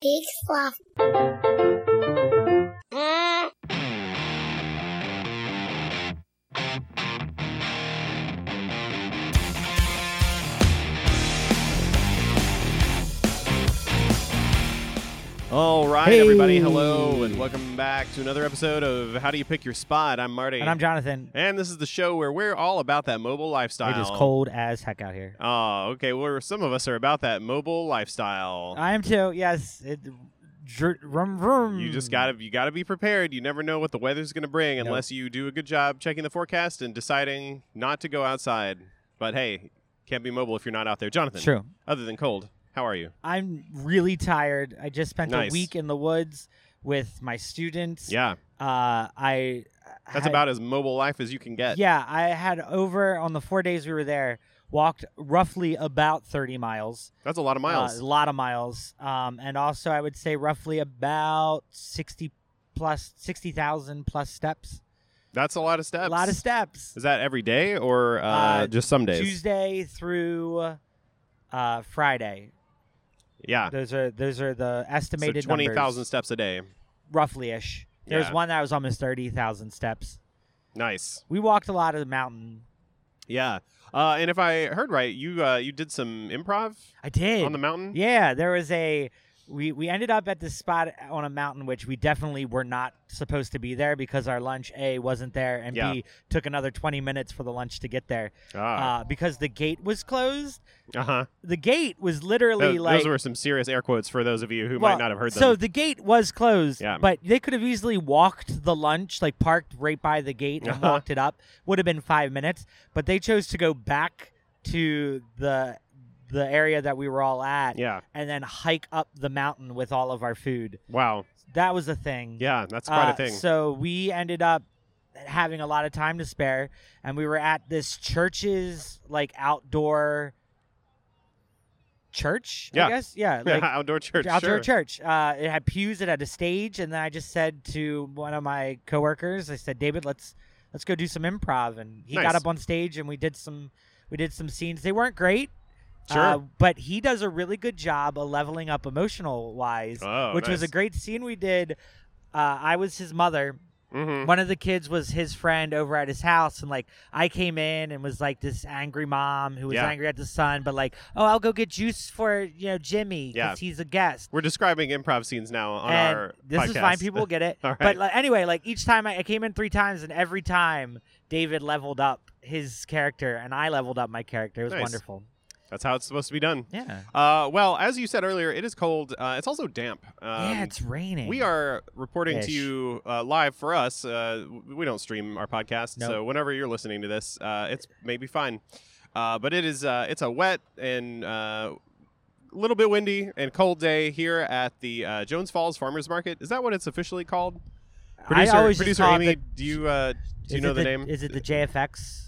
Big sloth. Mm. All right, everybody. Hello, and welcome back to another episode of How Do You Pick Your Spot? I'm Marty. And I'm Jonathan. And this is the show where we're all about that mobile lifestyle. It is cold as heck out here. Oh, okay. Well, some of us are about that mobile lifestyle. I am too. Yes. It, dr- vroom, vroom. you just gotta you gotta be prepared. You never know what the weather's gonna bring Nope. unless you do a good job checking the forecast and deciding not to go outside. But hey, can't be mobile if you're not out there. Jonathan, It's true. other than cold, how are you? I'm really tired. I just spent Nice. a week in the woods with my students. Yeah, Uh, I. that's had- about as mobile life as you can get. Yeah, I had over on the four days we were there. Walked roughly about 30 miles. That's a lot of Uh, miles. a lot of miles. Um, and also, I would say roughly about 60 plus, 60,000 plus steps. that's a lot of steps. A lot of steps. Is that every day or uh, Uh, just some days? Tuesday through uh, Friday. Yeah. Those are those are the So estimated twenty thousand numbers, steps a day. roughly ish. There's Yeah. one that was almost thirty thousand steps. Nice. We walked a lot of the mountain. Yeah. Uh, and if I heard right, you uh, you did some improv I did. on the mountain. yeah, there was a. We, we ended up at this spot on a mountain which we definitely were not supposed to be there because our lunch a wasn't there and Yeah. b took another 20 minutes for the lunch to get there Ah. uh, because the gate was closed Uh huh. the gate was literally Tho- like those were some serious air quotes for those of you who Well, might not have heard them. So the gate was closed, Yeah. but they could have easily walked the lunch, like parked right by the gate and Uh-huh. walked it up. Would have been five minutes, but they chose to go back to the the area that we were all at, yeah. and then hike up the mountain with all of our food. Wow. That was a thing. Yeah, that's quite Uh, a thing. So we ended up having a lot of time to spare, and we were at this church's like outdoor church. Yeah. I guess yeah, Yeah, like outdoor church. outdoor sure. church. Uh, it had pews. It had a stage, and then I just said to one of my coworkers, I said, "David, let's let's go do some improv." And he Nice. got up on stage, and we did some we did some scenes. They weren't great, Sure. uh, but he does a really good job of leveling up emotional wise, Oh, which was a nice. great scene we did. Uh, I was his mother. Mhm. One of the kids was his friend over at his house, and like I came in and was like this angry mom who was Yeah. angry at the son, but like, oh, I'll go get juice for you know Jimmy Yeah. because he's a guest. We're describing improv scenes now on and our this podcast. is fine, people will get it. All right. But like, anyway, like each time I, I came in three times, and every time David leveled up his character, and I leveled up my character. It was Nice. wonderful. That's how it's supposed to be done. Yeah, Uh, well, as you said earlier, it is cold. Uh, it's also damp. Um, yeah, it's raining. We are reporting Ish. to you uh, live for us. Uh, w- we don't stream our podcast, Nope. so whenever you're listening to this, uh, it's maybe fine. Uh, but it is uh, it's a wet and uh, little bit windy and cold day here at the uh, Jones Falls Farmers Market. Is that what it's officially called? Producer, I always just producer call it Amy, the- do you uh, do you Is know it the, name? Is it the JFX?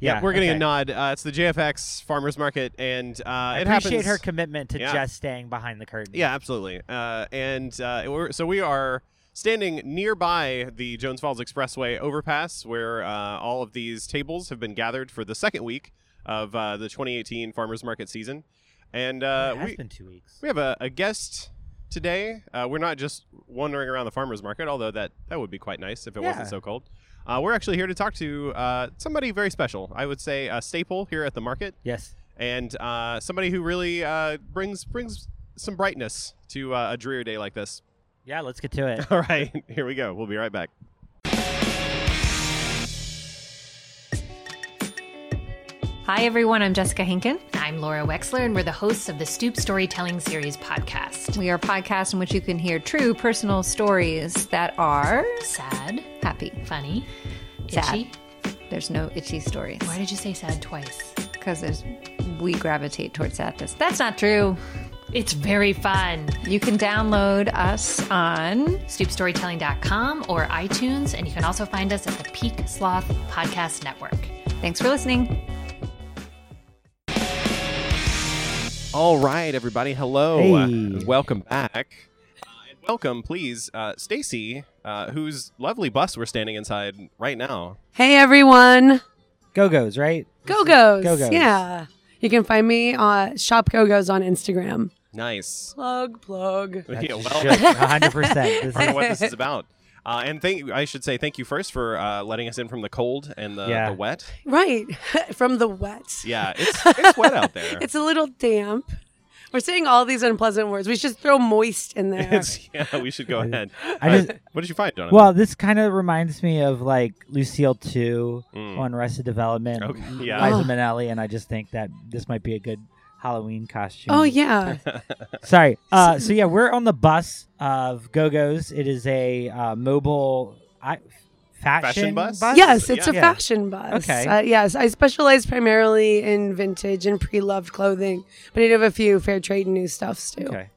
yeah, we're getting okay. a nod. Uh, it's the JFX Farmers Market, and uh, I it appreciate happens. her commitment to Yeah. just staying behind the curtain. Yeah, absolutely. Uh, and uh, we're, so we are standing nearby the Jones Falls Expressway overpass, where uh, all of these tables have been gathered for the second week of uh, the 2018 farmers market season. And uh, it has we, been two weeks. we have a, a guest today. Uh, we're not just wandering around the farmers market, although that that would be quite nice if it Yeah. wasn't so cold. Uh, we're actually here to talk to uh, somebody very special. I would say a staple here at the market Yes. and uh, somebody who really uh, brings brings some brightness to uh, a dreary day like this. Yeah, let's get to it. All right, here we go. We'll be right back. Hi, everyone. I'm Jessica Hinken. I'm Laura Wexler, and we're the hosts of the Stoop Storytelling Series podcast. We are a podcast in which you can hear true personal stories that are Sad, happy. funny, Sad. itchy. There's no itchy stories Why did you say sad twice? because there's we gravitate towards sadness. That's not true. It's very fun. You can download us on StoopStorytelling.com or iTunes, and you can also find us at the Peak Sloth Podcast Network. Thanks for listening. All right, everybody. Hello. Uh, Hey. Welcome back. Uh, and welcome, please, uh, Stacy, uh, whose lovely bus we're standing inside right now. Hey everyone, Go goes, right? Go Go's. Go-Go's. Yeah, you can find me uh, Shop Go Go's on Instagram. Nice. Plug, plug. That's yeah, just well, shook 100%. This I don't know is- what this is about. Uh, and thank I should say thank you first for uh, letting us in from the cold and the, Yeah. the wet. Right. From the wet. Yeah, it's it's wet out there. It's a little damp. We're saying all these unpleasant words. We should just throw moist in there. It's- yeah, we should go ahead. I just- what did you find, Jonathan? well, this kind of reminds me of like Lucille 2 Mm. on Arrested Development. Okay, L- yeah. Liza Ugh. Minnelli, and I just think that this might be a good Halloween costume. oh, yeah. Sorry. Uh, so yeah, we're on the bus of GoGo's. It is a uh, mobile I, Fashion fashion, bus? Yes, it's a Yeah. fashion bus. Okay. Uh, yes, I specialize primarily in vintage and pre-loved clothing, but I do have a few fair trade and new stuffs too. Okay.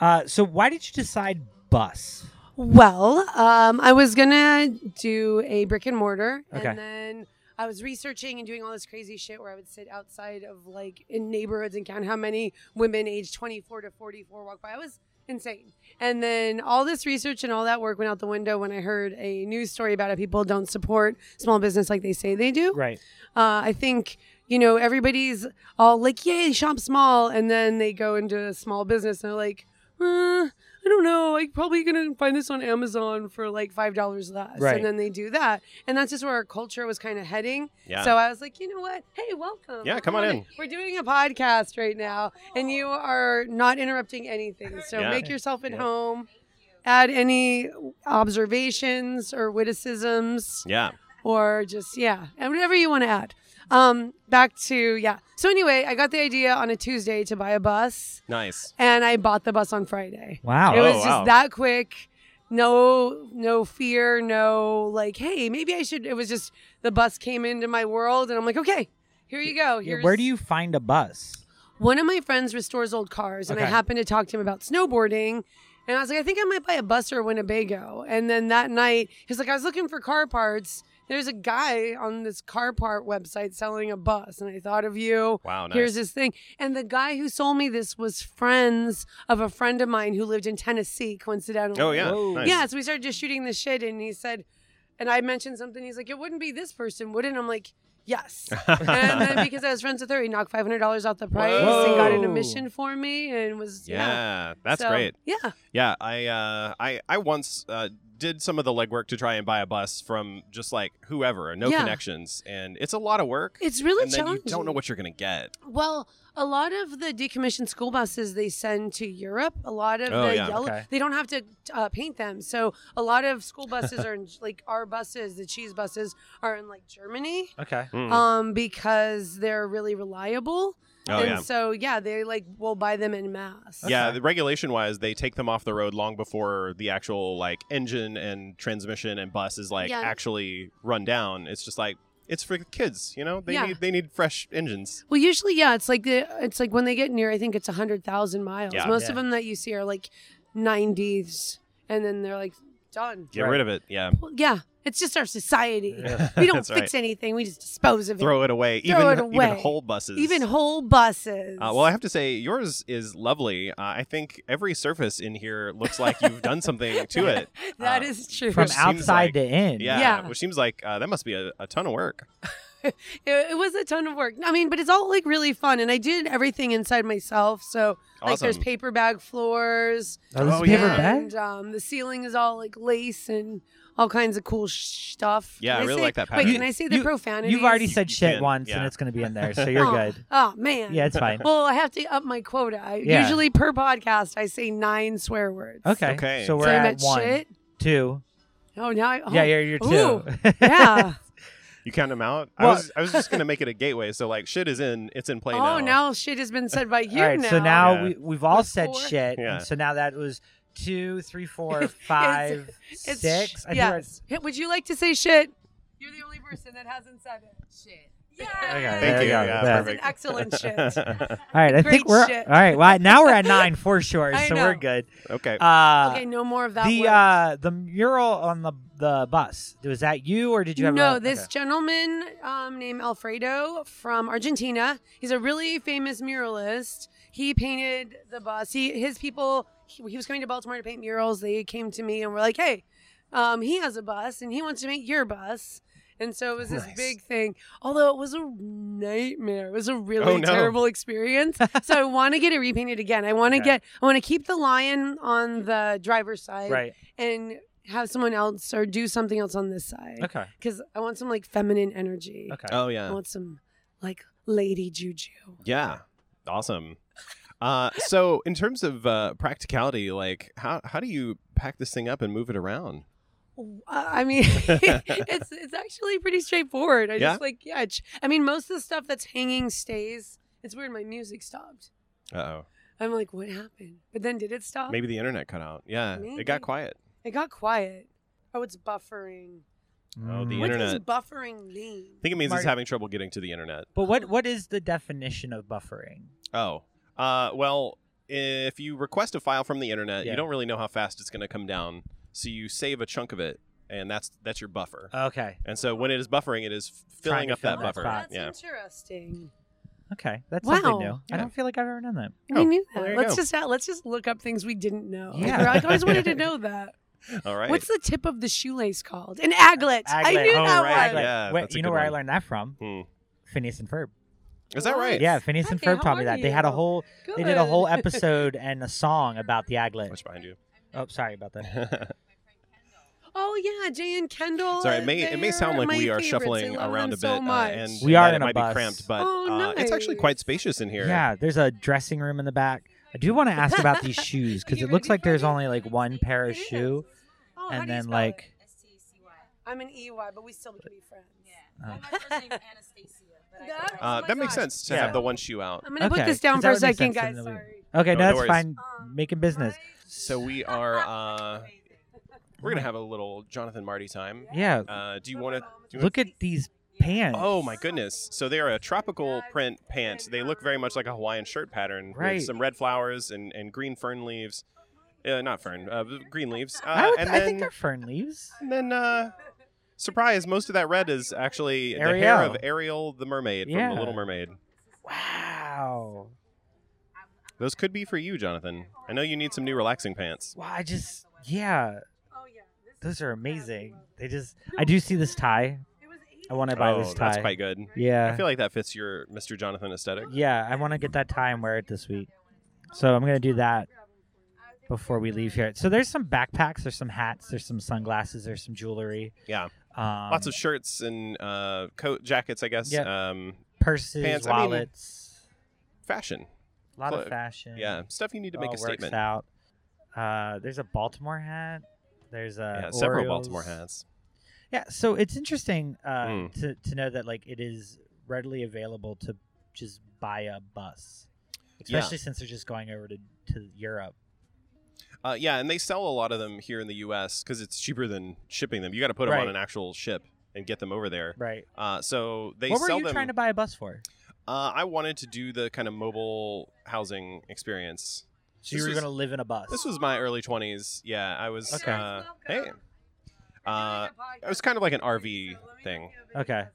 Uh, so why did you decide bus? Well, um, I was gonna do a brick and mortar, Okay. and then I was researching and doing all this crazy shit where I would sit outside of like in neighborhoods and count how many women aged 24 to 44 walk by. I was insane. And then all this research and all that work went out the window when I heard a news story about how people don't support small business like they say they do. Right. Uh, I think you know everybody's all like, "Yay, shop small," and then they go into a small business and they're like, uh, "I don't know, I'm probably gonna find this on Amazon for like five dollars less," Right. and then they do that, and that's just where our culture was kind of heading. Yeah. So I was like, you know what? Hey, welcome. Yeah, come on in. We're doing a podcast right now, and you are not interrupting anything. So Yeah. make yourself at Yeah. home. Add any observations or witticisms yeah. or just yeah, and whatever you want to add. Um, back to yeah. So anyway, I got the idea on a Tuesday to buy a bus, Nice. and I bought the bus on Friday. Wow. It was Oh, just wow. that quick. No, no fear. No, like, hey, maybe I should. It was just the bus came into my world, and I'm like, okay, here you go. Yeah, Here's Where do you find a bus? one of my friends restores old cars, and I Okay. happened to talk to him about snowboarding. And I was like, I think I might buy a bus or a Winnebago. And then that night, he's like, I was looking for car parts. There's a guy on this car part website selling a bus, and I thought of you. Wow. Nice. Here's this thing. And the guy who sold me this was friends of a friend of mine who lived in Tennessee, coincidentally. oh yeah. Whoa. Nice. Yeah, so we started just shooting the shit, and he said, and I mentioned something. He's like, it wouldn't be this person, would it? I'm like, yes. and then because I was friends with her, he knocked five hundred dollars off the price and got an Whoa. admission for me, and was yeah. yeah. That's So, great. Yeah, Yeah, I uh, I I once uh, did some of the legwork to try and buy a bus from just like whoever, no Yeah. connections, and it's a lot of work. it's really and then challenging. you don't know what you're gonna get. Well, a lot of the decommissioned school buses they send to Europe, a lot of Oh, the yeah. yellow, Okay. they don't have to uh, paint them. So a lot of school buses are in, like our buses, the cheese buses are in like Germany, Okay. Mm. um, because they're really reliable. oh and yeah. so yeah, they like will buy them in mass. Yeah, Okay. the regulation wise, they take them off the road long before the actual like engine and transmission and bus is like Yeah. actually run down. It's just like it's for kids, you know. They Yeah. need they need fresh engines. Well, usually, yeah, it's like the, it's like when they get near, I think it's hundred thousand miles. Yeah. Most of Yeah. them that you see are like nineties, and then they're like done. Get Right. rid of it. Yeah, Well, yeah, it's just our society. Yeah. We don't That's fix right. anything. We just dispose of throw it away. Throw even it even away. whole buses. it. Even whole buses. Uh, well, I have to say, yours is lovely. Uh, I think every surface in here looks like you've done something to it. that uh, is true. From Which seems outside like- to in. Yeah, Yeah. which seems like uh, that must be a, a ton of work. it, it was a ton of work. I mean, but it's all like really fun, and I did everything inside myself. So like, Awesome. there's paper bag floors, Oh, this Oh, is paper yeah. bag? and um, the ceiling is all like lace and all kinds of cool sh- stuff. Yeah, Can I really say- like that Wait, pattern. can I say the You- profanity? You've already You- said you shit can, once, and yeah. it's going to be in there, so you're good. Oh man. Yeah, it's fine. Well, I have to up my quota. I, Yeah. Usually per podcast, I say nine swear words. Okay. Okay. So So we're I'm at at one, shit. two. Oh, now I, oh, Yeah, you're, you're two. Ooh. yeah. You count them out. I Well- was I was just gonna make it a gateway. So like, shit is in. It's in play now. oh, now shit has been said by you. all right. now. So now Yeah. we we've all With said four? shit. Yeah. and So now that was two, three, four, five, it's six. I think we're at- yes. Hey, Would you like to say shit? You're the only person that hasn't said it. Shit. Yeah. Okay, Thank There you. we go. Yeah, There. That's an excellent shit. perfect. All right. I think Great we're shit. all right. Well, now we're at nine for sure. I so we're know. good. okay. Uh, okay, no more of that. the word. uh the mural on the the bus was that you or did you have no, a, this okay. gentleman um, named Alfredo from Argentina. He's a really famous muralist. He painted the bus. He his people. He, he was coming to Baltimore to paint murals. They came to me and were like, "Hey, um, he has a bus and he wants to make your bus." And so it was this Nice. big thing. Although it was a nightmare. It was a really Oh, no. terrible experience. so I want to get it repainted again. I want to Okay. get I want to keep the lion on the driver's side Right. and have someone else or do something else on this side Okay. because I want some like feminine energy. Okay. Oh I yeah, want some like lady juju. yeah, awesome. Uh, so in terms of uh, practicality, like how how do you pack this thing up and move it around? Uh, I mean, it's it's actually pretty straightforward. I Yeah? just like yeah. ch- I mean, most of the stuff that's hanging stays. It's weird. My music stopped. Uh oh, I'm like, what happened? But then did it stop? maybe the internet cut out. Yeah, it got Maybe. quiet. it got quiet. Oh, it's buffering. Oh, the Mm. what does internet. buffering mean? I think it means it's Marty- having trouble getting to the internet. But what what is the definition of buffering? Oh, uh, well, if you request a file from the internet, Yeah. you don't really know how fast it's going to come down, so you save a chunk of it, and that's that's your buffer. Uh, Okay. and so when it is buffering, it is f- Trying filling to up that fill that buffer. spot. Oh, That's Yeah. interesting. Okay. That's Wow. something new. Yeah. I don't feel like I've ever done that. Oh, we knew well, there that. you Let's go. just uh, let's just look up things we didn't know. Yeah. We're like, I always wanted to know that. All right. What's the tip of the shoelace called? An aglet. I Aglet. knew Oh, that right. one. Like, Yeah, wait, that's a you know good where I one. learned that from? Hmm. Phineas and Ferb. Is that What? right? Yeah, Phineas and Becky, Ferb how taught me are that. They had a you? whole they did a whole Good. episode and a song about the aglet. What's behind you? Oh, sorry about that. Oh yeah, Jay and Kendall. Sorry, uh, it may it may they're sound like my we are favorites. I shuffling love around them a bit, so uh, much. and We and are that in it a might bus. be cramped, but Oh, uh, it's actually nice. quite spacious in here. Yeah, there's a dressing room in the back. I do want to ask about these shoes because You it looks ready like for there's me? only like one pair It of is. shoe, Oh, how and do you then spell like it? I'm an EY, but we still can be friends. Oh. That- Uh, oh my that makes gosh. sense to Yeah. have the one shoe out. I'm gonna put Okay, this down 'cause for a that would make second, sense in guys. the movie. Sorry. okay, No, no, no that's worries. fine. Um, Making business. So we are uh, we're gonna have a little Jonathan Marty time. Um, Yeah, Uh, do you want to look at these pants. Oh my goodness! So they are a tropical print pant. They look very much like a Hawaiian shirt pattern Right. with some red flowers and, and green fern leaves. Uh, not fern, uh, green leaves. Uh, I, would, and I then, think they're fern leaves. and then uh, surprise! Most of that red is actually the hair Ariel. of Ariel the mermaid Yeah. from The Little Mermaid. Wow. Those could be for you, Jonathan. I know you need some new relaxing pants. Wow, I just yeah, Oh yeah. This those is are amazing. fabulous. They just I do see this tie. It was eight- I want to buy oh, this tie. that's quite good. I Yeah, feel like that fits your Mr. Jonathan aesthetic. yeah. I want to get that tie and wear it this week. So I'm gonna do that before we leave here. So there's some backpacks, there's some hats, there's some sunglasses, there's some jewelry. Yeah, Um, lots of shirts and uh, coat jackets, I guess. Yeah. Um, purses, pants, I mean- wallets. fashion. a lot clo- of fashion. Yeah, stuff you need to It make all a statement. Works out. Uh, there's a Baltimore hat. There's a yeah, several uh, Orioles. Baltimore hats. Yeah, so it's interesting uh, Mm. to to know that like it is readily available to just buy a bus, Yeah. especially since they're just going over to to Europe. Uh, yeah, and they sell a lot of them here in the U.S. because it's cheaper than shipping them. You got to put them on Right. an actual ship and get them over there. Right. Uh, so they what were sell you them. trying to buy a bus for? uh, I wanted to do the kind of mobile housing experience. So This you were was- going to live in a bus. This was my early twenties. Yeah, I was. Okay. Uh, hey, uh, it was kind of like an RV thing, okay.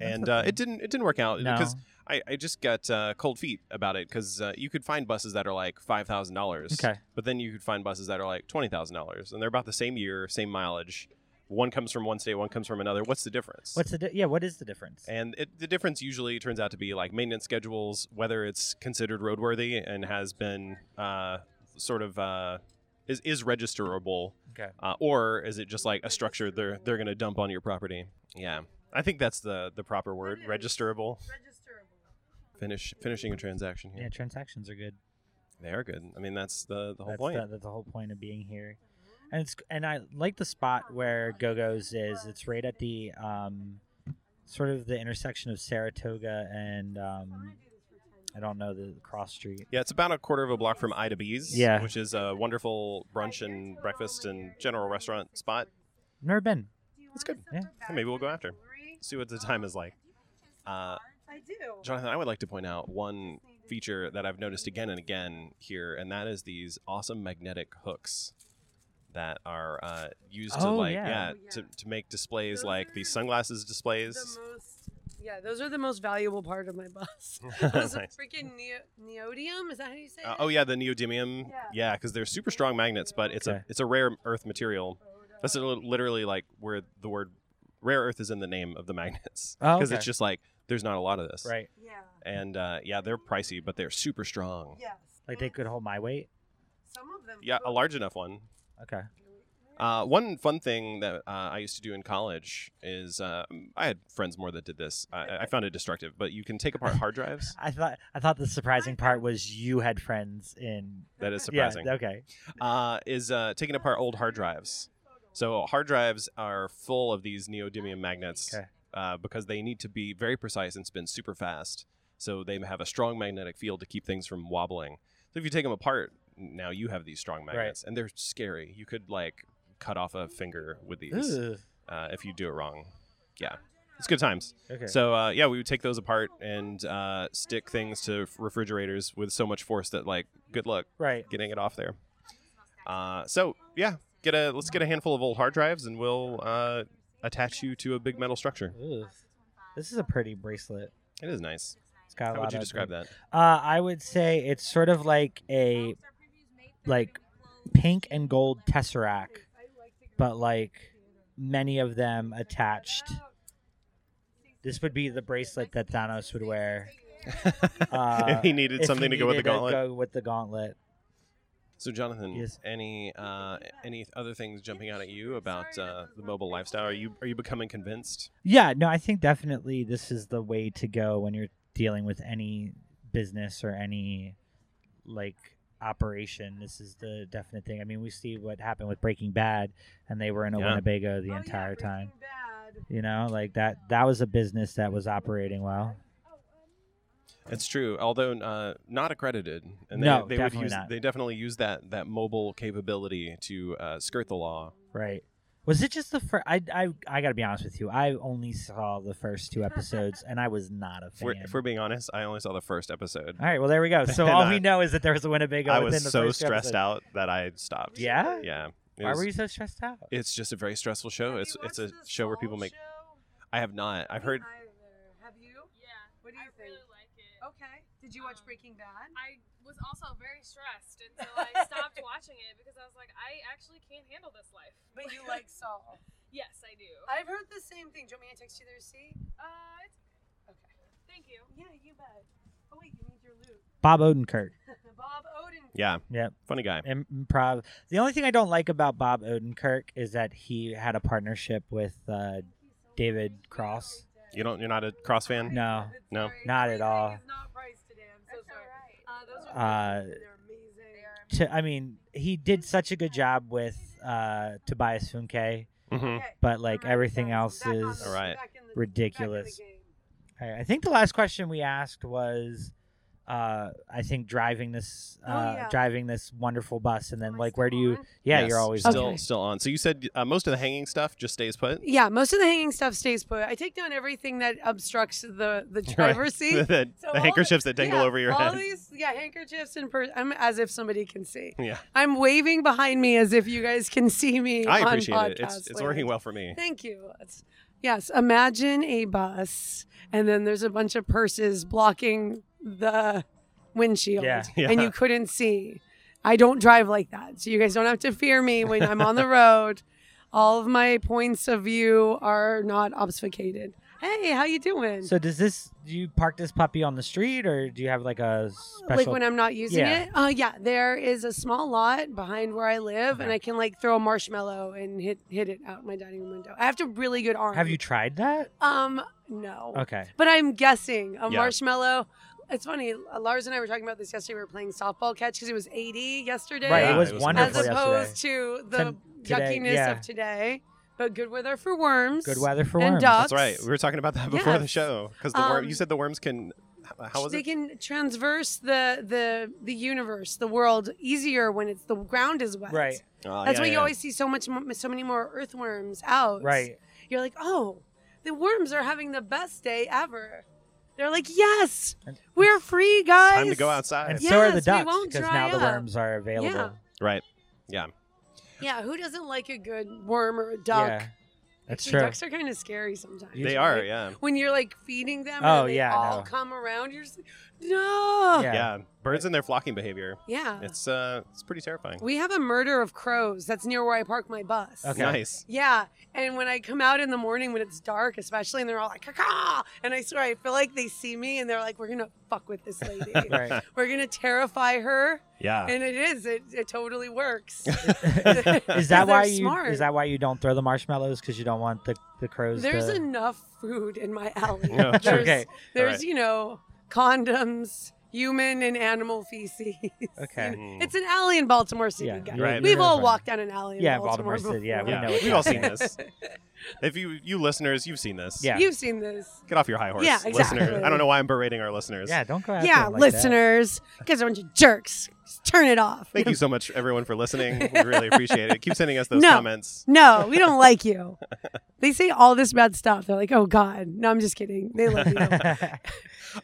and uh, okay. it didn't it didn't work out No. because I, I just got uh, cold feet about it because uh, you could find buses that are like five thousand dollars. Okay. But then you could find buses that are like twenty thousand dollars, and they're about the same year, same mileage. One comes from one state, one comes from another. What's the difference? What's the di- yeah? What is the difference? and it, the difference usually turns out to be like maintenance schedules, whether it's considered roadworthy and has been uh, sort of uh, is is registerable, okay. uh, or is it just like a structure they're they're going to dump on your property? Yeah, I think that's the the proper word, registerable. Finish finishing a transaction here. Yeah, transactions are good. They are good. I mean, that's the, the whole that's point. The, that's the whole point of being here. And it's and I like the spot where GoGo's is. It's right at the um, sort of the intersection of Saratoga and um, I don't know the cross street. Yeah, it's about a quarter of a block from Ida B's, Yeah. which is a wonderful brunch and breakfast and general restaurant spot. Never been. It's good. Yeah. Yeah, maybe we'll go after. See what the time is like. Uh, I do. Jonathan, I would like to point out one feature that I've noticed again and again here, and that is these awesome magnetic hooks that are uh, used to Oh, like yeah. yeah, Oh, yeah. to, to make displays Those like are these sunglasses displays. the most yeah those are the most valuable part of my bus Nice. those are freaking neo- neodymium is that how you say Uh, it oh yeah, the neodymium. Yeah. Yeah, because they're super strong magnets, but it's a Okay. it's a rare earth material. That's li- literally like where the word Rare earth is in the name of the magnets Oh, because okay. it's just like there's not a lot of this. Right. Yeah. And uh, yeah, they're pricey, but they're super strong. Yes. Like they could hold my weight. Some of them. Oh. Yeah, a large enough one. Okay. Uh, one fun thing that uh, I used to do in college is uh, I had friends more that did this. I, I found it destructive, but you can take apart hard drives. I thought I thought the surprising part was you had friends in. That is surprising. Yeah. Okay. uh, is uh, taking apart old hard drives. So hard drives are full of these neodymium magnets Okay. uh, because they need to be very precise and spin super fast. So they have a strong magnetic field to keep things from wobbling. So if you take them apart, now you have these strong magnets, and they're scary. You could like cut off a finger with these Ooh. uh, if you do it wrong. Yeah, it's good times. Okay. So uh, yeah, we would take those apart and uh, stick things to refrigerators with so much force that like, good luck right. getting it off there. Uh, so yeah, get a let's get a handful of old hard drives and we'll uh, attach you to a big metal structure. Ooh. This is a pretty bracelet. It is nice. It's got a How lot would you of describe that? Uh, I would say it's sort of like a like pink and gold tesseract, but like many of them attached. This would be the bracelet that Thanos would wear. Oh, Uh, if he needed if something to he go with the needed gauntlet. Go with the gauntlet. So Jonathan, Yes. any uh, any other things jumping out at you about uh, the mobile lifestyle? Are you are you becoming convinced? Yeah, no, I think definitely this is the way to go when you're dealing with any business or any like operation. This is the definite thing. I mean, we see what happened with Breaking Bad, and they were in a Yeah. Winnebago Oh, the entire time. You know, like that that was a business that was operating well. Oh, um, It's true, although uh, not accredited, and they, No, they definitely would use not. they definitely use that that mobile capability to uh, skirt the law. Right. Was it just the first? I, I I gotta be honest with you. I only saw the first two episodes, and I was not a If we're, fan. if we're being honest, I only saw the first episode. All right, well there we go. So And all I- we know is that there was a Winnebago. I within was the so first two stressed episodes. out that I stopped. Yeah. Yeah. It Why was- were you so stressed out? It's just a very stressful show. It's it's a show where people make. I have not. I've heard. Have you? Yeah, What do I you think? Oh. really like it. Okay. Did you watch Um, Breaking Bad? I was also very stressed, and so I stopped watching it because I was like, I actually can't handle this life. But you like Saul. Yes, I do. I've heard the same thing. Do you want me to text you their C? Uh, it's Okay. thank you. Yeah, you bet. Oh wait, you need your loot. Bob Odenkirk. Bob Odin. Yeah. Yep. Funny guy. Im- Improv. The only thing I don't like about Bob Odenkirk is that he had a partnership with uh, David Cross. You don't. You're not a cross fan. No. No. Not at all. Everything is not priced today. I'm so sorry. Uh, those are Uh, delicious and they're amazing. To, I mean, he did such a good job with uh, Tobias Funke, Mm-hmm. Okay, but like remember everything that. else Back on is. the- All right. back in the- back in the ridiculous. game. All right, I think the last question we asked was, uh, I think driving this, uh, Oh, yeah. driving this wonderful bus, and Am then I like, where do still you? on? Yeah, you're always still Okay. still on. So you said uh, most of the hanging stuff just stays put. Yeah, most of the hanging stuff stays put. I take down everything that obstructs the the driver's the, seat. the- So the all the- handkerchiefs that dangle Yeah, over your all head. these, yeah, handkerchiefs and per- I'm as if somebody can see. yeah. I'm waving behind me as if you guys can see me. I on appreciate it. It's podcast it's working land. well for me. Thank you. It's- yes, imagine a bus, and then there's a bunch of purses blocking the windshield, Yeah. Yeah. and you couldn't see. I don't drive like that, so you guys don't have to fear me when I'm on the road. All of my points of view are not obfuscated. Hey, how you doing? So does this? Do you park this puppy on the street, or do you have like a special? like when I'm not using Yeah. it. Uh, yeah, there is a small lot behind where I live, and Okay. I can like throw a marshmallow and hit hit it out my dining room window. I have to really good arm. have you tried that? Um, no. Okay. But I'm guessing a Yeah. marshmallow. It's funny. uh, Lars and I were talking about this yesterday. We were playing softball catch because it was 80 yesterday, Right. Yeah, it was it was as wonderful nice. opposed yesterday. to the Ten- today, yuckiness yeah. of today. But good weather for worms. Good weather for and worms. ducks. That's right. We were talking about that before the Yes. show because the worm. Um, You said the worms can. h- How was they it? can transverse the the the universe, the world easier when it's the ground is wet. Right. Oh, That's yeah, why you yeah. always see so much, mo- so many more earthworms out. Right. You're like, oh, the worms are having the best day ever. They're like, yes, And- we're free, guys. Time to go outside. And so are the Yes, we ducks won't because dry now the up. worms are available. Yeah. Right. Yeah. Yeah, who doesn't like a good worm or a duck? Yeah. That's Actually, true. Ducks are kind of scary sometimes. They right? are. Yeah. When you're like feeding them, Oh, and they yeah, I all know. come around. You're just like, No. Yeah. Yeah. Birds and their flocking behavior. Yeah. It's uh, it's pretty terrifying. We have a murder of crows. That's near where I park my bus. Okay. Nice. Yeah, and when I come out in the morning when it's dark, especially, and they're all like, "Caw!" and I swear I feel like they see me, and they're like, "We're gonna fuck with this lady. Right. Uh. We're gonna terrify her." Yeah. And it is. It, it totally works. Is They're that why you? smart. Is that why you don't throw the marshmallows? Because you don't want the the crows. There's to... enough food in my alley. No, true. there's, Okay. there's Alright. you know, condoms, human and animal feces. Okay. Mm. It's an alley in Baltimore City, Yeah, guys. you're- Right. We've you're all fine. walked down an alley in Yeah, Baltimore. Baltimore City, yeah, before. we Yeah. know what We've all seen happened. this. If you you listeners, you've seen this. Yeah. You've seen this. Get off your high horse, Yeah, listeners. exactly. I don't know why I'm berating our listeners. Yeah, don't go after yeah, it like that. listeners, you guys are a bunch of jerks. Just turn it off. Thank you so much, everyone, for listening. We really appreciate it. Keep sending us those No. comments. No, we don't like you. They say all this bad stuff. They're like, oh God. No, I'm just kidding. They love you.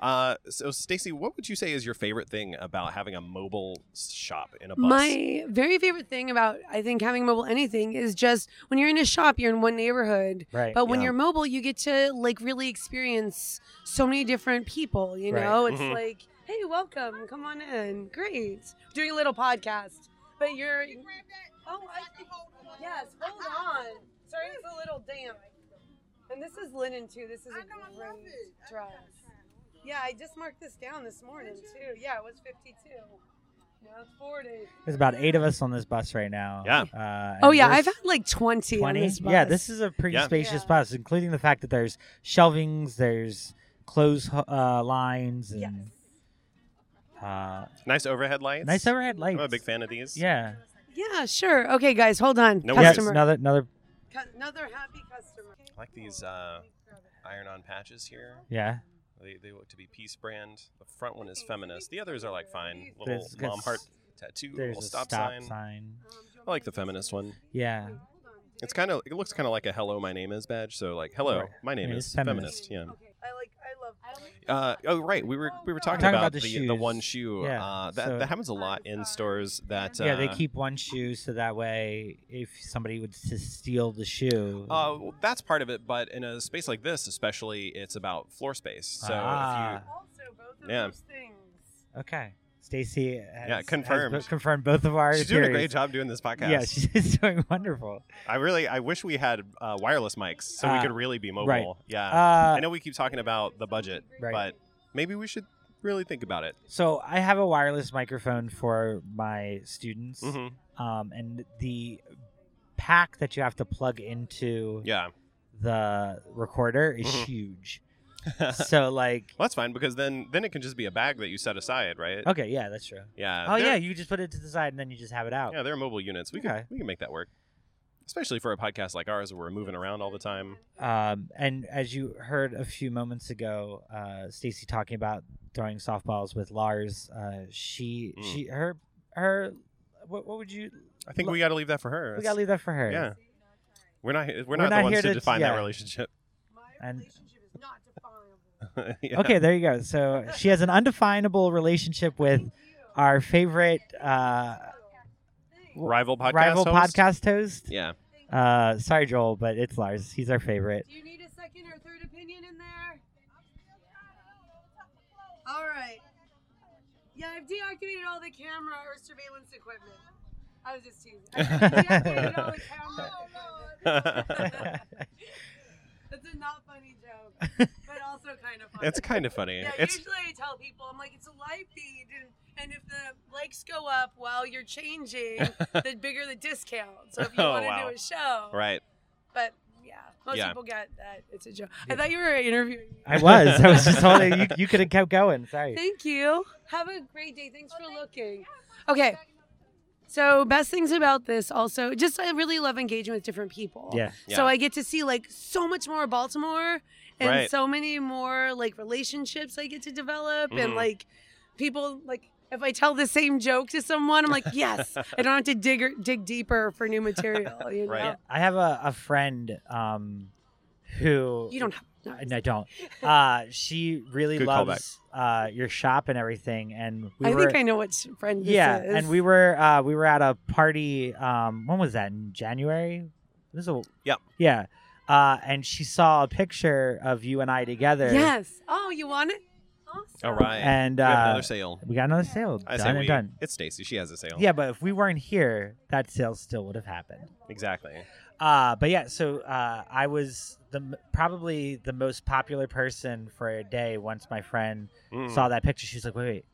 Uh, so, Stacy, what would you say is your favorite thing about having a mobile s- shop in a bus? My very favorite thing about I think having mobile anything is just when you're in a shop, you're in one neighborhood. right. But when Yeah. you're mobile, you get to like really experience so many different people. You Right. Mm-hmm. know, it's Mhm. like, hey, welcome, come on in, great, doing a little podcast. But you're, oh, I, yes, hold on. Sorry, it's a little damp. And this is linen too. This is a great dress. Yeah, I just marked this down this morning too. Yeah, it was 52. Now it's 40. There's about eight of us on this bus right now. Yeah. Uh, Oh and yeah, there's I've had like twenty. on 20? this bus. Yeah, this is a pretty Yeah. spacious Yeah. bus, including the fact that there's shelvings, there's clothes ho- uh, lines, Yes. and uh, nice overhead lights. nice overhead lights. I'm a big fan of these. Yeah. Yeah, sure. Okay, guys, hold on. No Oh, Yeah, customer, another another. Cu- another happy customer. Um, I like these uh, iron-on patches here. Yeah. They, they look to be Peace brand. The front one is feminist. The others are like fine. Little There's- mom heart there's- tattoo, There's little a stop, stop, sign. sign. I like the feminist one. Yeah. It's kind of it looks kind of like a hello my name is badge. So like hello Right. my name Yeah, is it's feminist. feminist. Yeah. Okay, I like. I love. Uh, oh right, we were we were talking, Talking about, about the, the the, shoes. one shoe. Yeah, Uh, that so- that happens a lot in stores. That uh, yeah, they keep one shoe so that way if somebody would to steal the shoe. Uh, well, that's part of it, but in a space like this, especially, it's about floor space. So if Ah. you, Also, both of Yeah. those things. okay. Stacy has, has confirmed. bo- confirmed both of our she's doing a theories. great job doing this podcast. Yeah, she's doing wonderful. I really I wish we had uh, wireless mics so we Uh, could really be mobile. right. Yeah. Uh, I know we keep talking about Oh, the budget, Right. but maybe we should really think about it. So I have a wireless microphone for my students, Mm-hmm. um, and the pack that you have to plug into Yeah. the recorder is Mhm. huge. well, so like, that's fine because then then it can just be a bag that you set aside, right? okay, yeah, that's true. Yeah. oh They're- yeah, you just put it to the side and then you just have it out. Yeah, they're mobile units. We Okay. can we can make that work. Especially for a podcast like ours where we're moving around all the time. Um, and as you heard a few moments ago, uh, Stacy talking about throwing softballs with Lars, uh, she Mm. she her her what, what would you I think Lo- we got to leave that for her. we gotta leave that for her. Yeah. We're not we're, We're not, the not ones here to, to- define that yeah. relationship. My And- relationship is not definable. Yeah. Okay, there you go. So she has an undefinable relationship with our favorite uh, Rival podcast. rival host? podcast host. Yeah. Uh, sorry, Joel, but it's Lars. He's our favorite. Do you need a second or third opinion in there? All right. Yeah, I've deactivated all the camera or surveillance equipment. I was just teasing. I've deactivated all the camera. That's a not funny joke, but also kind of funny. it's kind of funny. Yeah, it's usually I tell people, I'm like, it's a live feed, and, and if the likes go up while you're changing, the bigger the discount. So if you Oh, want to wow. do a show, right. But yeah, most Yeah. people get that it's a joke. I thought you were interviewing. me. I was. I was just holding. You, you could have kept going. Sorry. Thank you. Have a great day. Thanks for looking. Okay. So best things about this also just I really love engaging with different people. Yeah. So Yeah. I get to see like so much more Baltimore and Right. so many more like relationships I get to develop and Mhm. like people like if I tell the same joke to someone, I'm like, yes, I don't have to dig or, dig deeper for new material. You know, Right. Yeah, I have a, a friend um, who you don't have. no, I, I don't. Uh, she really Good callback. loves uh, your shop and everything, and we I were. think I know what friend this yeah, is. and we were uh, we were at a party. Um, when was that? In January. This is a Yep. Yeah, uh, and she saw a picture of you and I together. Yes. Oh, you want it? awesome. All right. And we have uh, another sale. we got another sale. I say done we. and done. It's Stacy. She has a sale. Yeah, but if we weren't here, that sale still would have happened. Exactly. Uh, but yeah, so uh, I was the m- probably the most popular person for a day. Once my friend Mm. saw that picture, she's like, "Wait, wait,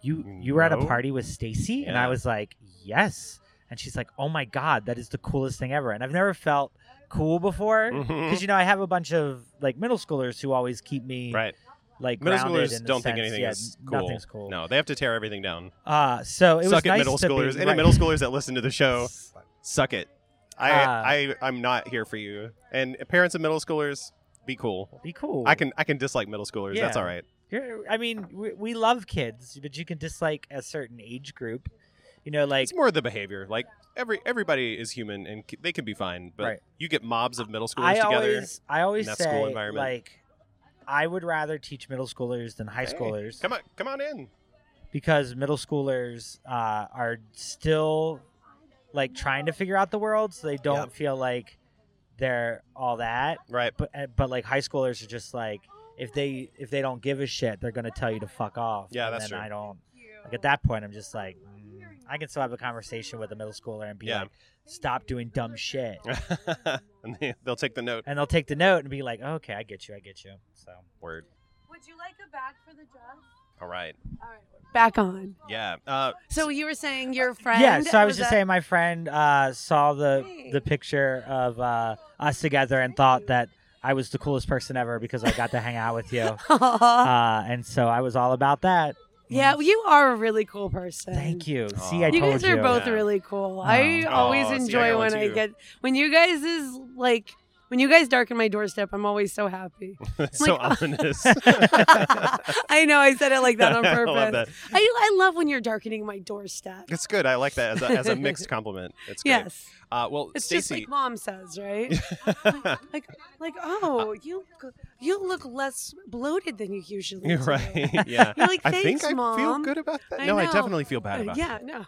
you you were at a No. party with Stacy?" And Yeah. I was like, "Yes." And she's like, "Oh my god, that is the coolest thing ever!" And I've never felt cool before because Mhm. you know I have a bunch of like middle schoolers who always keep me Right. like Middle grounded in schoolers the don't think sense- anything yeah, is n- cool. Nothing's cool. No, they have to tear everything down. Uh, so it was suck nice it, middle to be- schoolers. Any right. middle schoolers that listen to the show, suck it. I, Ah. I, I'm not here for you. And parents of middle schoolers, be cool. Be cool. I can, I can dislike middle schoolers. That's Yeah. all right. You're, I mean, we, we love kids, but you can dislike a certain age group. You know, like It's more the behavior. Like every, everybody is human and c- they can be fine. But Right. you get mobs of middle schoolers I together. always, I always that say, school environment. like, I would rather teach middle schoolers than high Hey, schoolers Come on, come on in. because middle schoolers uh, are still like trying to figure out the world, so they don't Yep. feel like they're all that. Right. But uh, but like high schoolers are just like if they if they don't give a shit, they're gonna tell you to fuck off. Yeah, and that's then true. I don't like at that point. I'm just like mm, I can still have a conversation with a middle schooler and be Yeah. like, stop doing dumb shit, and they, they'll take the note. and they'll take the note and be like, okay, I get you, I get you. So Word. Would you like a bag for the dress? All right. Back on. Yeah. Uh, So you were saying your friend. yeah, so I was was just a- saying my friend uh, saw the the picture of uh, us together and thought that I was the coolest person ever because I got to hang out with you, uh, and so I was all about that. yeah, well, you are a really cool person. Thank you. See, I Aw. You told guys are both Yeah. really cool. I Oh. always Aw, see, I enjoy got one when I too. get when you guys is like when you guys darken my doorstep. I'm always so happy. so Like- ominous. I know I said it like that on I purpose. love I, that. I love when you're darkening my doorstep. It's good. I like that as a, as a mixed compliment. It's great. Yes, Uh, well, it's just Stacy. like mom says, right? like, like, oh, you you look less bloated than you usually. You're do. right. Yeah. You're like, I think "Thanks, I feel Mom." good about that. I no, I know. definitely feel bad Uh, about yeah, no.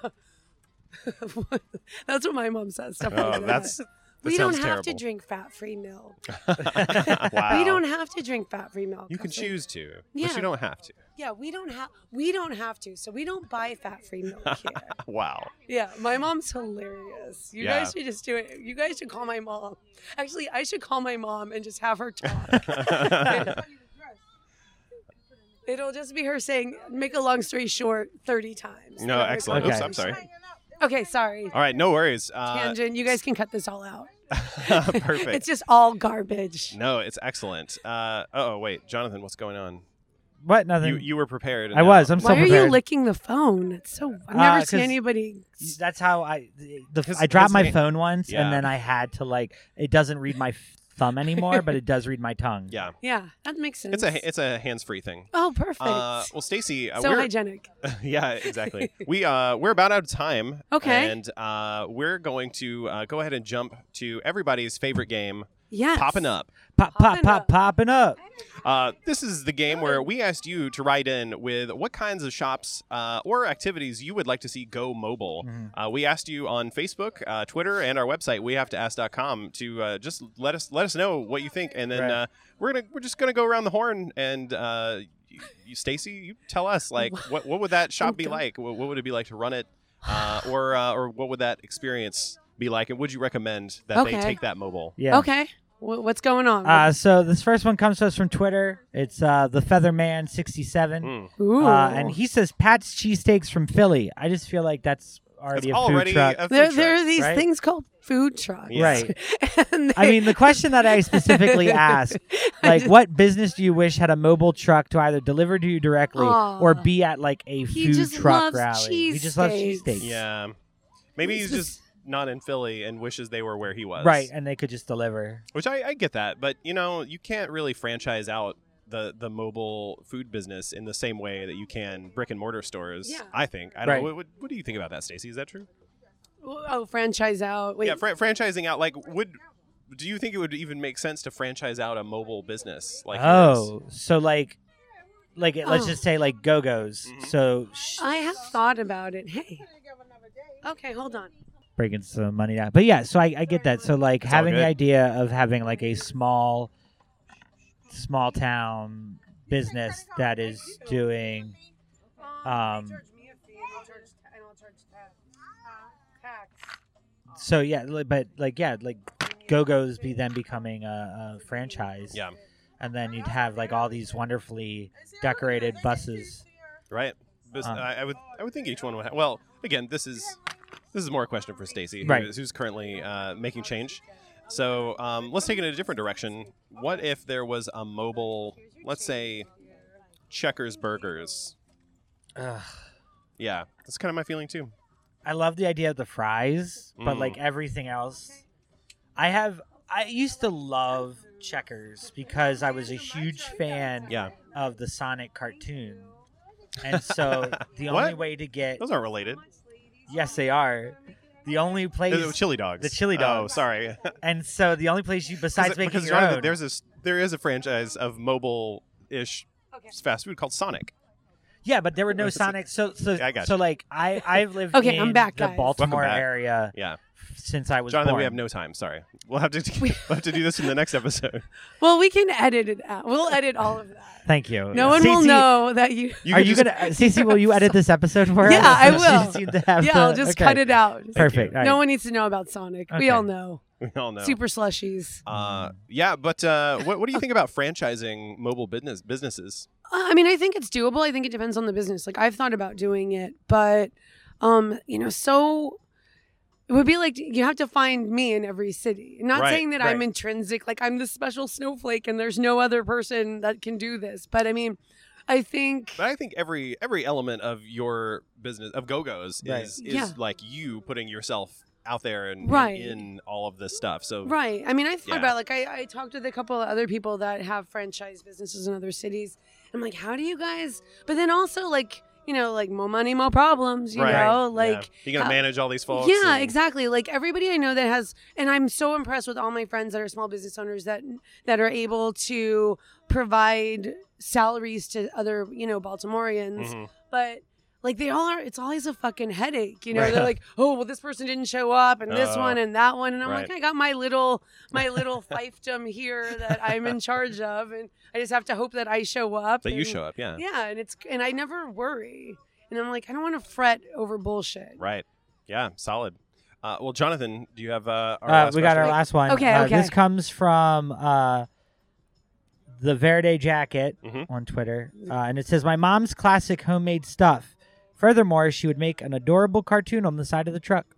that's what my mom says. Stuff it. like Oh, that. that's. That we don't sounds have terrible. to drink fat-free milk. wow. We don't have to drink fat-free milk. You can That's- choose to, but Yeah. you don't have to. Yeah, we don't have we don't have to. So we don't buy fat-free milk here. Wow. yeah, my mom's hilarious. You Yeah. guys should just do it. You guys should call my mom. Actually, I should call my mom and just have her talk. It'll just be her saying, "Make a long story short," thirty times. No, That would excellent. be- Oops, Okay. I'm sorry. Okay, sorry. All right, no worries. Uh, Tangent. You guys can cut this all out. perfect. it's just all garbage. no, it's excellent. Uh, oh, wait, Jonathan, what's going on? What? Nothing. You you were prepared. and I now- was. I'm still Why are you prepared. licking the phone? It's so I've Uh, never seen 'cause- anybody. That's how I. The, His- I dropped his my hand- phone once, Yeah. and then I had to like. It doesn't read my f- thumb anymore, but it does read my tongue. Yeah, Yeah, that makes sense. it's a it's a hands free thing. oh, perfect. Uh, well, Stacy, uh, so we're, hygienic. yeah, exactly. we uh, we're about out of time. Okay. and uh, we're going to uh, go ahead and jump to everybody's favorite game, Yes. popping up. Pop, pop, Popping pop, up. popping up. Uh, this is the game where we asked you to write in with what kinds of shops uh, or activities you would like to see go mobile. Mm-hmm. Uh, we asked you on Facebook, uh, Twitter, and our website, wehavetoask.com, to uh, just let us let us know what you think, and then Right. uh, we're gonna we're just gonna go around the horn and. Uh, you, you, Stacy, you tell us like what what would that shop be done. like? What, what would it be like to run it, uh, or uh, or what would that experience be like? And would you recommend that they Okay. take that mobile? Yeah. Okay. Wh- what's going on? Uh, so this first one comes to us from Twitter. It's uh, the Featherman sixty seven, Mm. Ooh. uh, and he says Pat's cheesesteaks from Philly. I just feel like that's It's already a food already truck. a food there, truck. there are these right? things called food trucks. Yeah. Right. And I they- mean, the question that I specifically asked, I like, just- what business do you wish had a mobile truck to either deliver to you directly Aw. or be at like a He food just truck loves rally? He just loves cheesesteaks. cheesesteaks. Yeah. Maybe he's This is- just not in Philly and wishes they were where he was. Right, and they could just deliver. Which I, I get that, but you know, you can't really franchise out the the mobile food business in the same way that you can brick and mortar stores. Yeah. I think. I don't Right. know. What, what, what do you think about that, Stacey? Is that true? oh, franchise out. Wait. Yeah, fran franchising out like would do you think it would even make sense to franchise out a mobile business like yours? oh, so like, like it- let's Oh. just say like Go Go's. Mhm. So sh- I have thought about it. Hey. Okay, hold on. breaking some money down, but yeah. So I, I get that. So like It's all having the good. idea of having like a small, small town business that is doing Um, so yeah li- but like yeah like go-go's be then becoming a, a franchise Yeah. and then you'd have like all these wonderfully decorated buses Right. Bus- Um, I, I would I would think each one would. Ha- well, again, this is this is more a question for Stacy, who Right. is- who's currently uh, making change. So um, let's take it in a different direction. What if there was a mobile, let's say, Checkers Burgers? Ugh. Yeah, that's kind of my feeling too. I love the idea of the fries, but Mm. like everything else, I have. I used to love Checkers because I was a huge fan Yeah, of the Sonic cartoon, and so the only What? way to get those aren't related. yes, they are the only place. They're the chili dogs. the chili Oh, dogs. sorry. 'Cause- and so the only place you besides making because your Jonathan, own. there's a s- there is a franchise of mobile ish fast food called Sonic. yeah, but there were no It's a- Sonic. So so I got so like I I've lived Okay, in I'm back, the guys. Baltimore Welcome back. area Yeah, since I was Jonathan, born. we have no time. Sorry, we'll have to we'll have to do this in the next episode. Well, we can edit it out. We'll edit all of that. Thank you. No one will Cece, know that you. You are can you just- gonna, uh, Cece? Will you edit this episode for us? Yeah, I She will. just seemed to have Yeah, the- I'll just okay. cut it out. Perfect. No one needs to know about Sonic. Okay. We all know. We all know. Super slushies. Uh, Mm. yeah, but uh, what, what do you think about franchising mobile business businesses? Uh, I mean, I think it's doable. I think it depends on the business. Like I've thought about doing it, but um, you know, so it would be like you have to find me in every city. Not Right, saying that I'm right. intrinsic, like I'm the special snowflake and there's no other person that can do this. But I mean, I think But I think every every element of your business of GoGo's Right. is is Yeah. like you putting yourself out there and, and Right. in all of this stuff. So Right. I mean, I thought Yeah. about like I, I talked with a couple of other people that have franchise businesses in other cities. I'm like, how do you guys? But then also like you know like more money, more problems. You Right. know, Yeah. like you're gonna how- manage all these folks. yeah, and- exactly. Like everybody I know that has, and I'm so impressed with all my friends that are small business owners that that are able to provide salaries to other, you know, Baltimoreans. Mhm. But like they all are, it's always a fucking headache. You know, Right. they're like, oh, well, this person didn't show up, and this Oh, one, and that one, and I'm like, right. I got my little my little fiefdom here that I'm in charge of, and I just have to hope that I show up. That you and- show up. Yeah. Yeah, and it's and I never worry, and I'm like, I don't want to fret over bullshit. Right. Yeah. Solid. Uh, well, Jonathan, do you have uh, our Uh, last we got our question? last one. Okay, Uh, okay. This comes from uh, the Verde Jacket Mhm. on Twitter, uh, and it says, "My mom's classic homemade stuff. Furthermore, she would make an adorable cartoon on the side of the truck."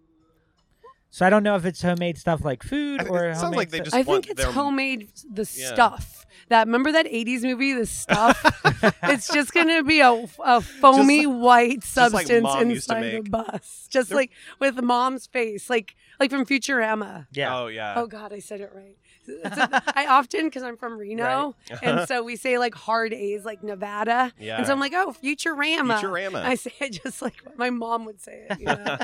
So I don't know if it's homemade stuff like food I think or it sounds homemade like they stu- just- I think want it's their- homemade the Yeah. stuff. That remember that '80s movie, the stuff. it's just gonna be a, a foamy white like substance Mom used to inside the make. bus, just They're- like with mom's face, like like from Futurama. yeah. Oh yeah. oh God, I said it right. It's a- I often because I'm from Reno, and so we say like hard A's, like Nevada, yeah. and so I'm like, oh, Futurama. Futurama. I say it just like my mom would say it. You know?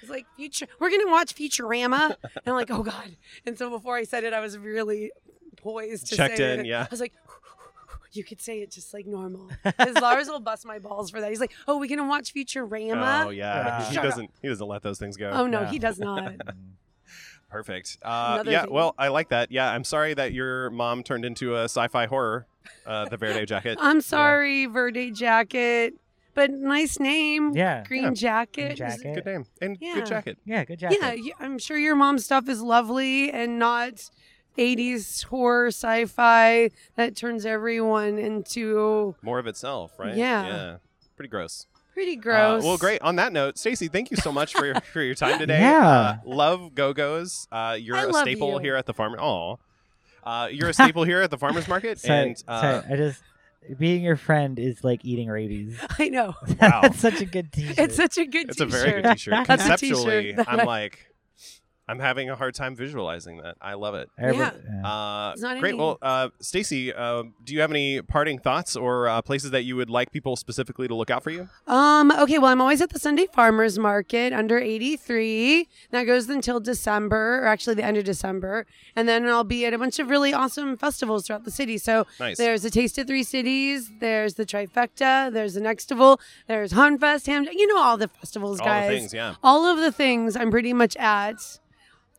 It's like future. We're gonna watch Futurama, and I'm like, oh god. And so before I said it, I was really poised to Checked say in, it. yeah. I was like, you could say it just like normal. Because Lars will bust my balls for that. He's like, oh, we're gonna watch Futurama. Oh yeah. Uh, he Shut up. doesn't. He doesn't let those things go. Oh no, Yeah. he does not. uh, Mm. Perfect. Uh, Another yeah, thing. well, I like that. Yeah, I'm sorry that your mom turned into a sci fi horror, uh, the Verde jacket. I'm sorry, Verde Jacket, but nice name. Yeah. Green Yeah. Jacket. jacket. Good name and Yeah. good jacket. Yeah, good job. Yeah, you- I'm sure your mom's stuff is lovely and not 80s horror sci-fi that turns everyone into More of itself, right? Yeah. Pretty gross. pretty Uh, gross. well, great. On that note, Stacy, thank you so much for your, for your time today. Yeah. Uh, love Go Go's. Uh, you're I a love staple you. here at the farm. Aw. Uh, you're a staple here at the farmers market. So, and uh, so I just being your friend is like eating rabies. I know. wow, That's such a good T-shirt. It's such a good it's a t-shirt. very good t shirt. That's a t-shirt Conceptually, that I- I'm like, I'm having a hard time visualizing that. I love it. Every- Yeah. yeah. Uh, It's not great. any- Well, uh, Stacy, uh, um, do you have any parting thoughts or uh, places that you would like people specifically to look out for you? Um, okay, well, I'm always at the Sunday Farmers Market under 83. That goes until December, or actually the end of December. And then I'll be at a bunch of really awesome festivals throughout the city. So Nice. there's the Taste of Three Cities, there's the Trifecta, there's the Nextival, there's Hunfest, Ham, you know, all the festivals, All guys. the things, yeah. All of the things I'm pretty much at.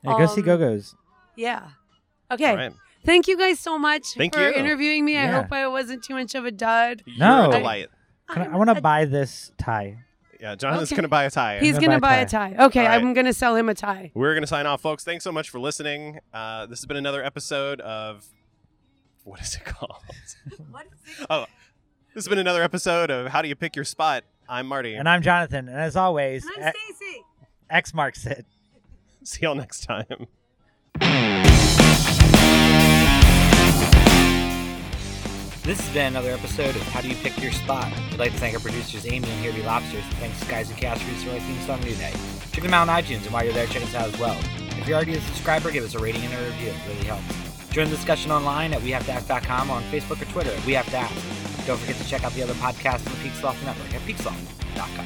Yeah, go see um, Go Go's. Yeah. Okay. All right. Thank you guys so much Thank for you. interviewing me. I Yeah. hope I wasn't too much of a dud. You're a No. delight. Can I, I'm I want a- to buy this tie. Yeah, Jonathan's Okay. gonna buy a tie. He's I'm gonna buy a tie. Okay, All right. I'm gonna sell him a tie. We're gonna sign off, folks. Thanks so much for listening. Uh, this has been another episode of what is it called? oh, this has been another episode of How Do You Pick Your Spot. I'm Marty. And I'm Jonathan. And as always, e- Stacy. X marks it. See y'all next time. This has been another episode of How Do You Pick Your Spot? We'd like to thank our producers Amy and Herbie Lobsters and thanks to Guys and Casseries for our theme song New Day. Check them out on iTunes and while you're there, check us out as well. If you're already a subscriber, give us a rating and a review. It really helps. Join the discussion online at wehavetoask.com or on Facebook or Twitter at We Have to Ask. Don't forget to check out the other podcasts on the Peaksloft Network at peaksloft.com.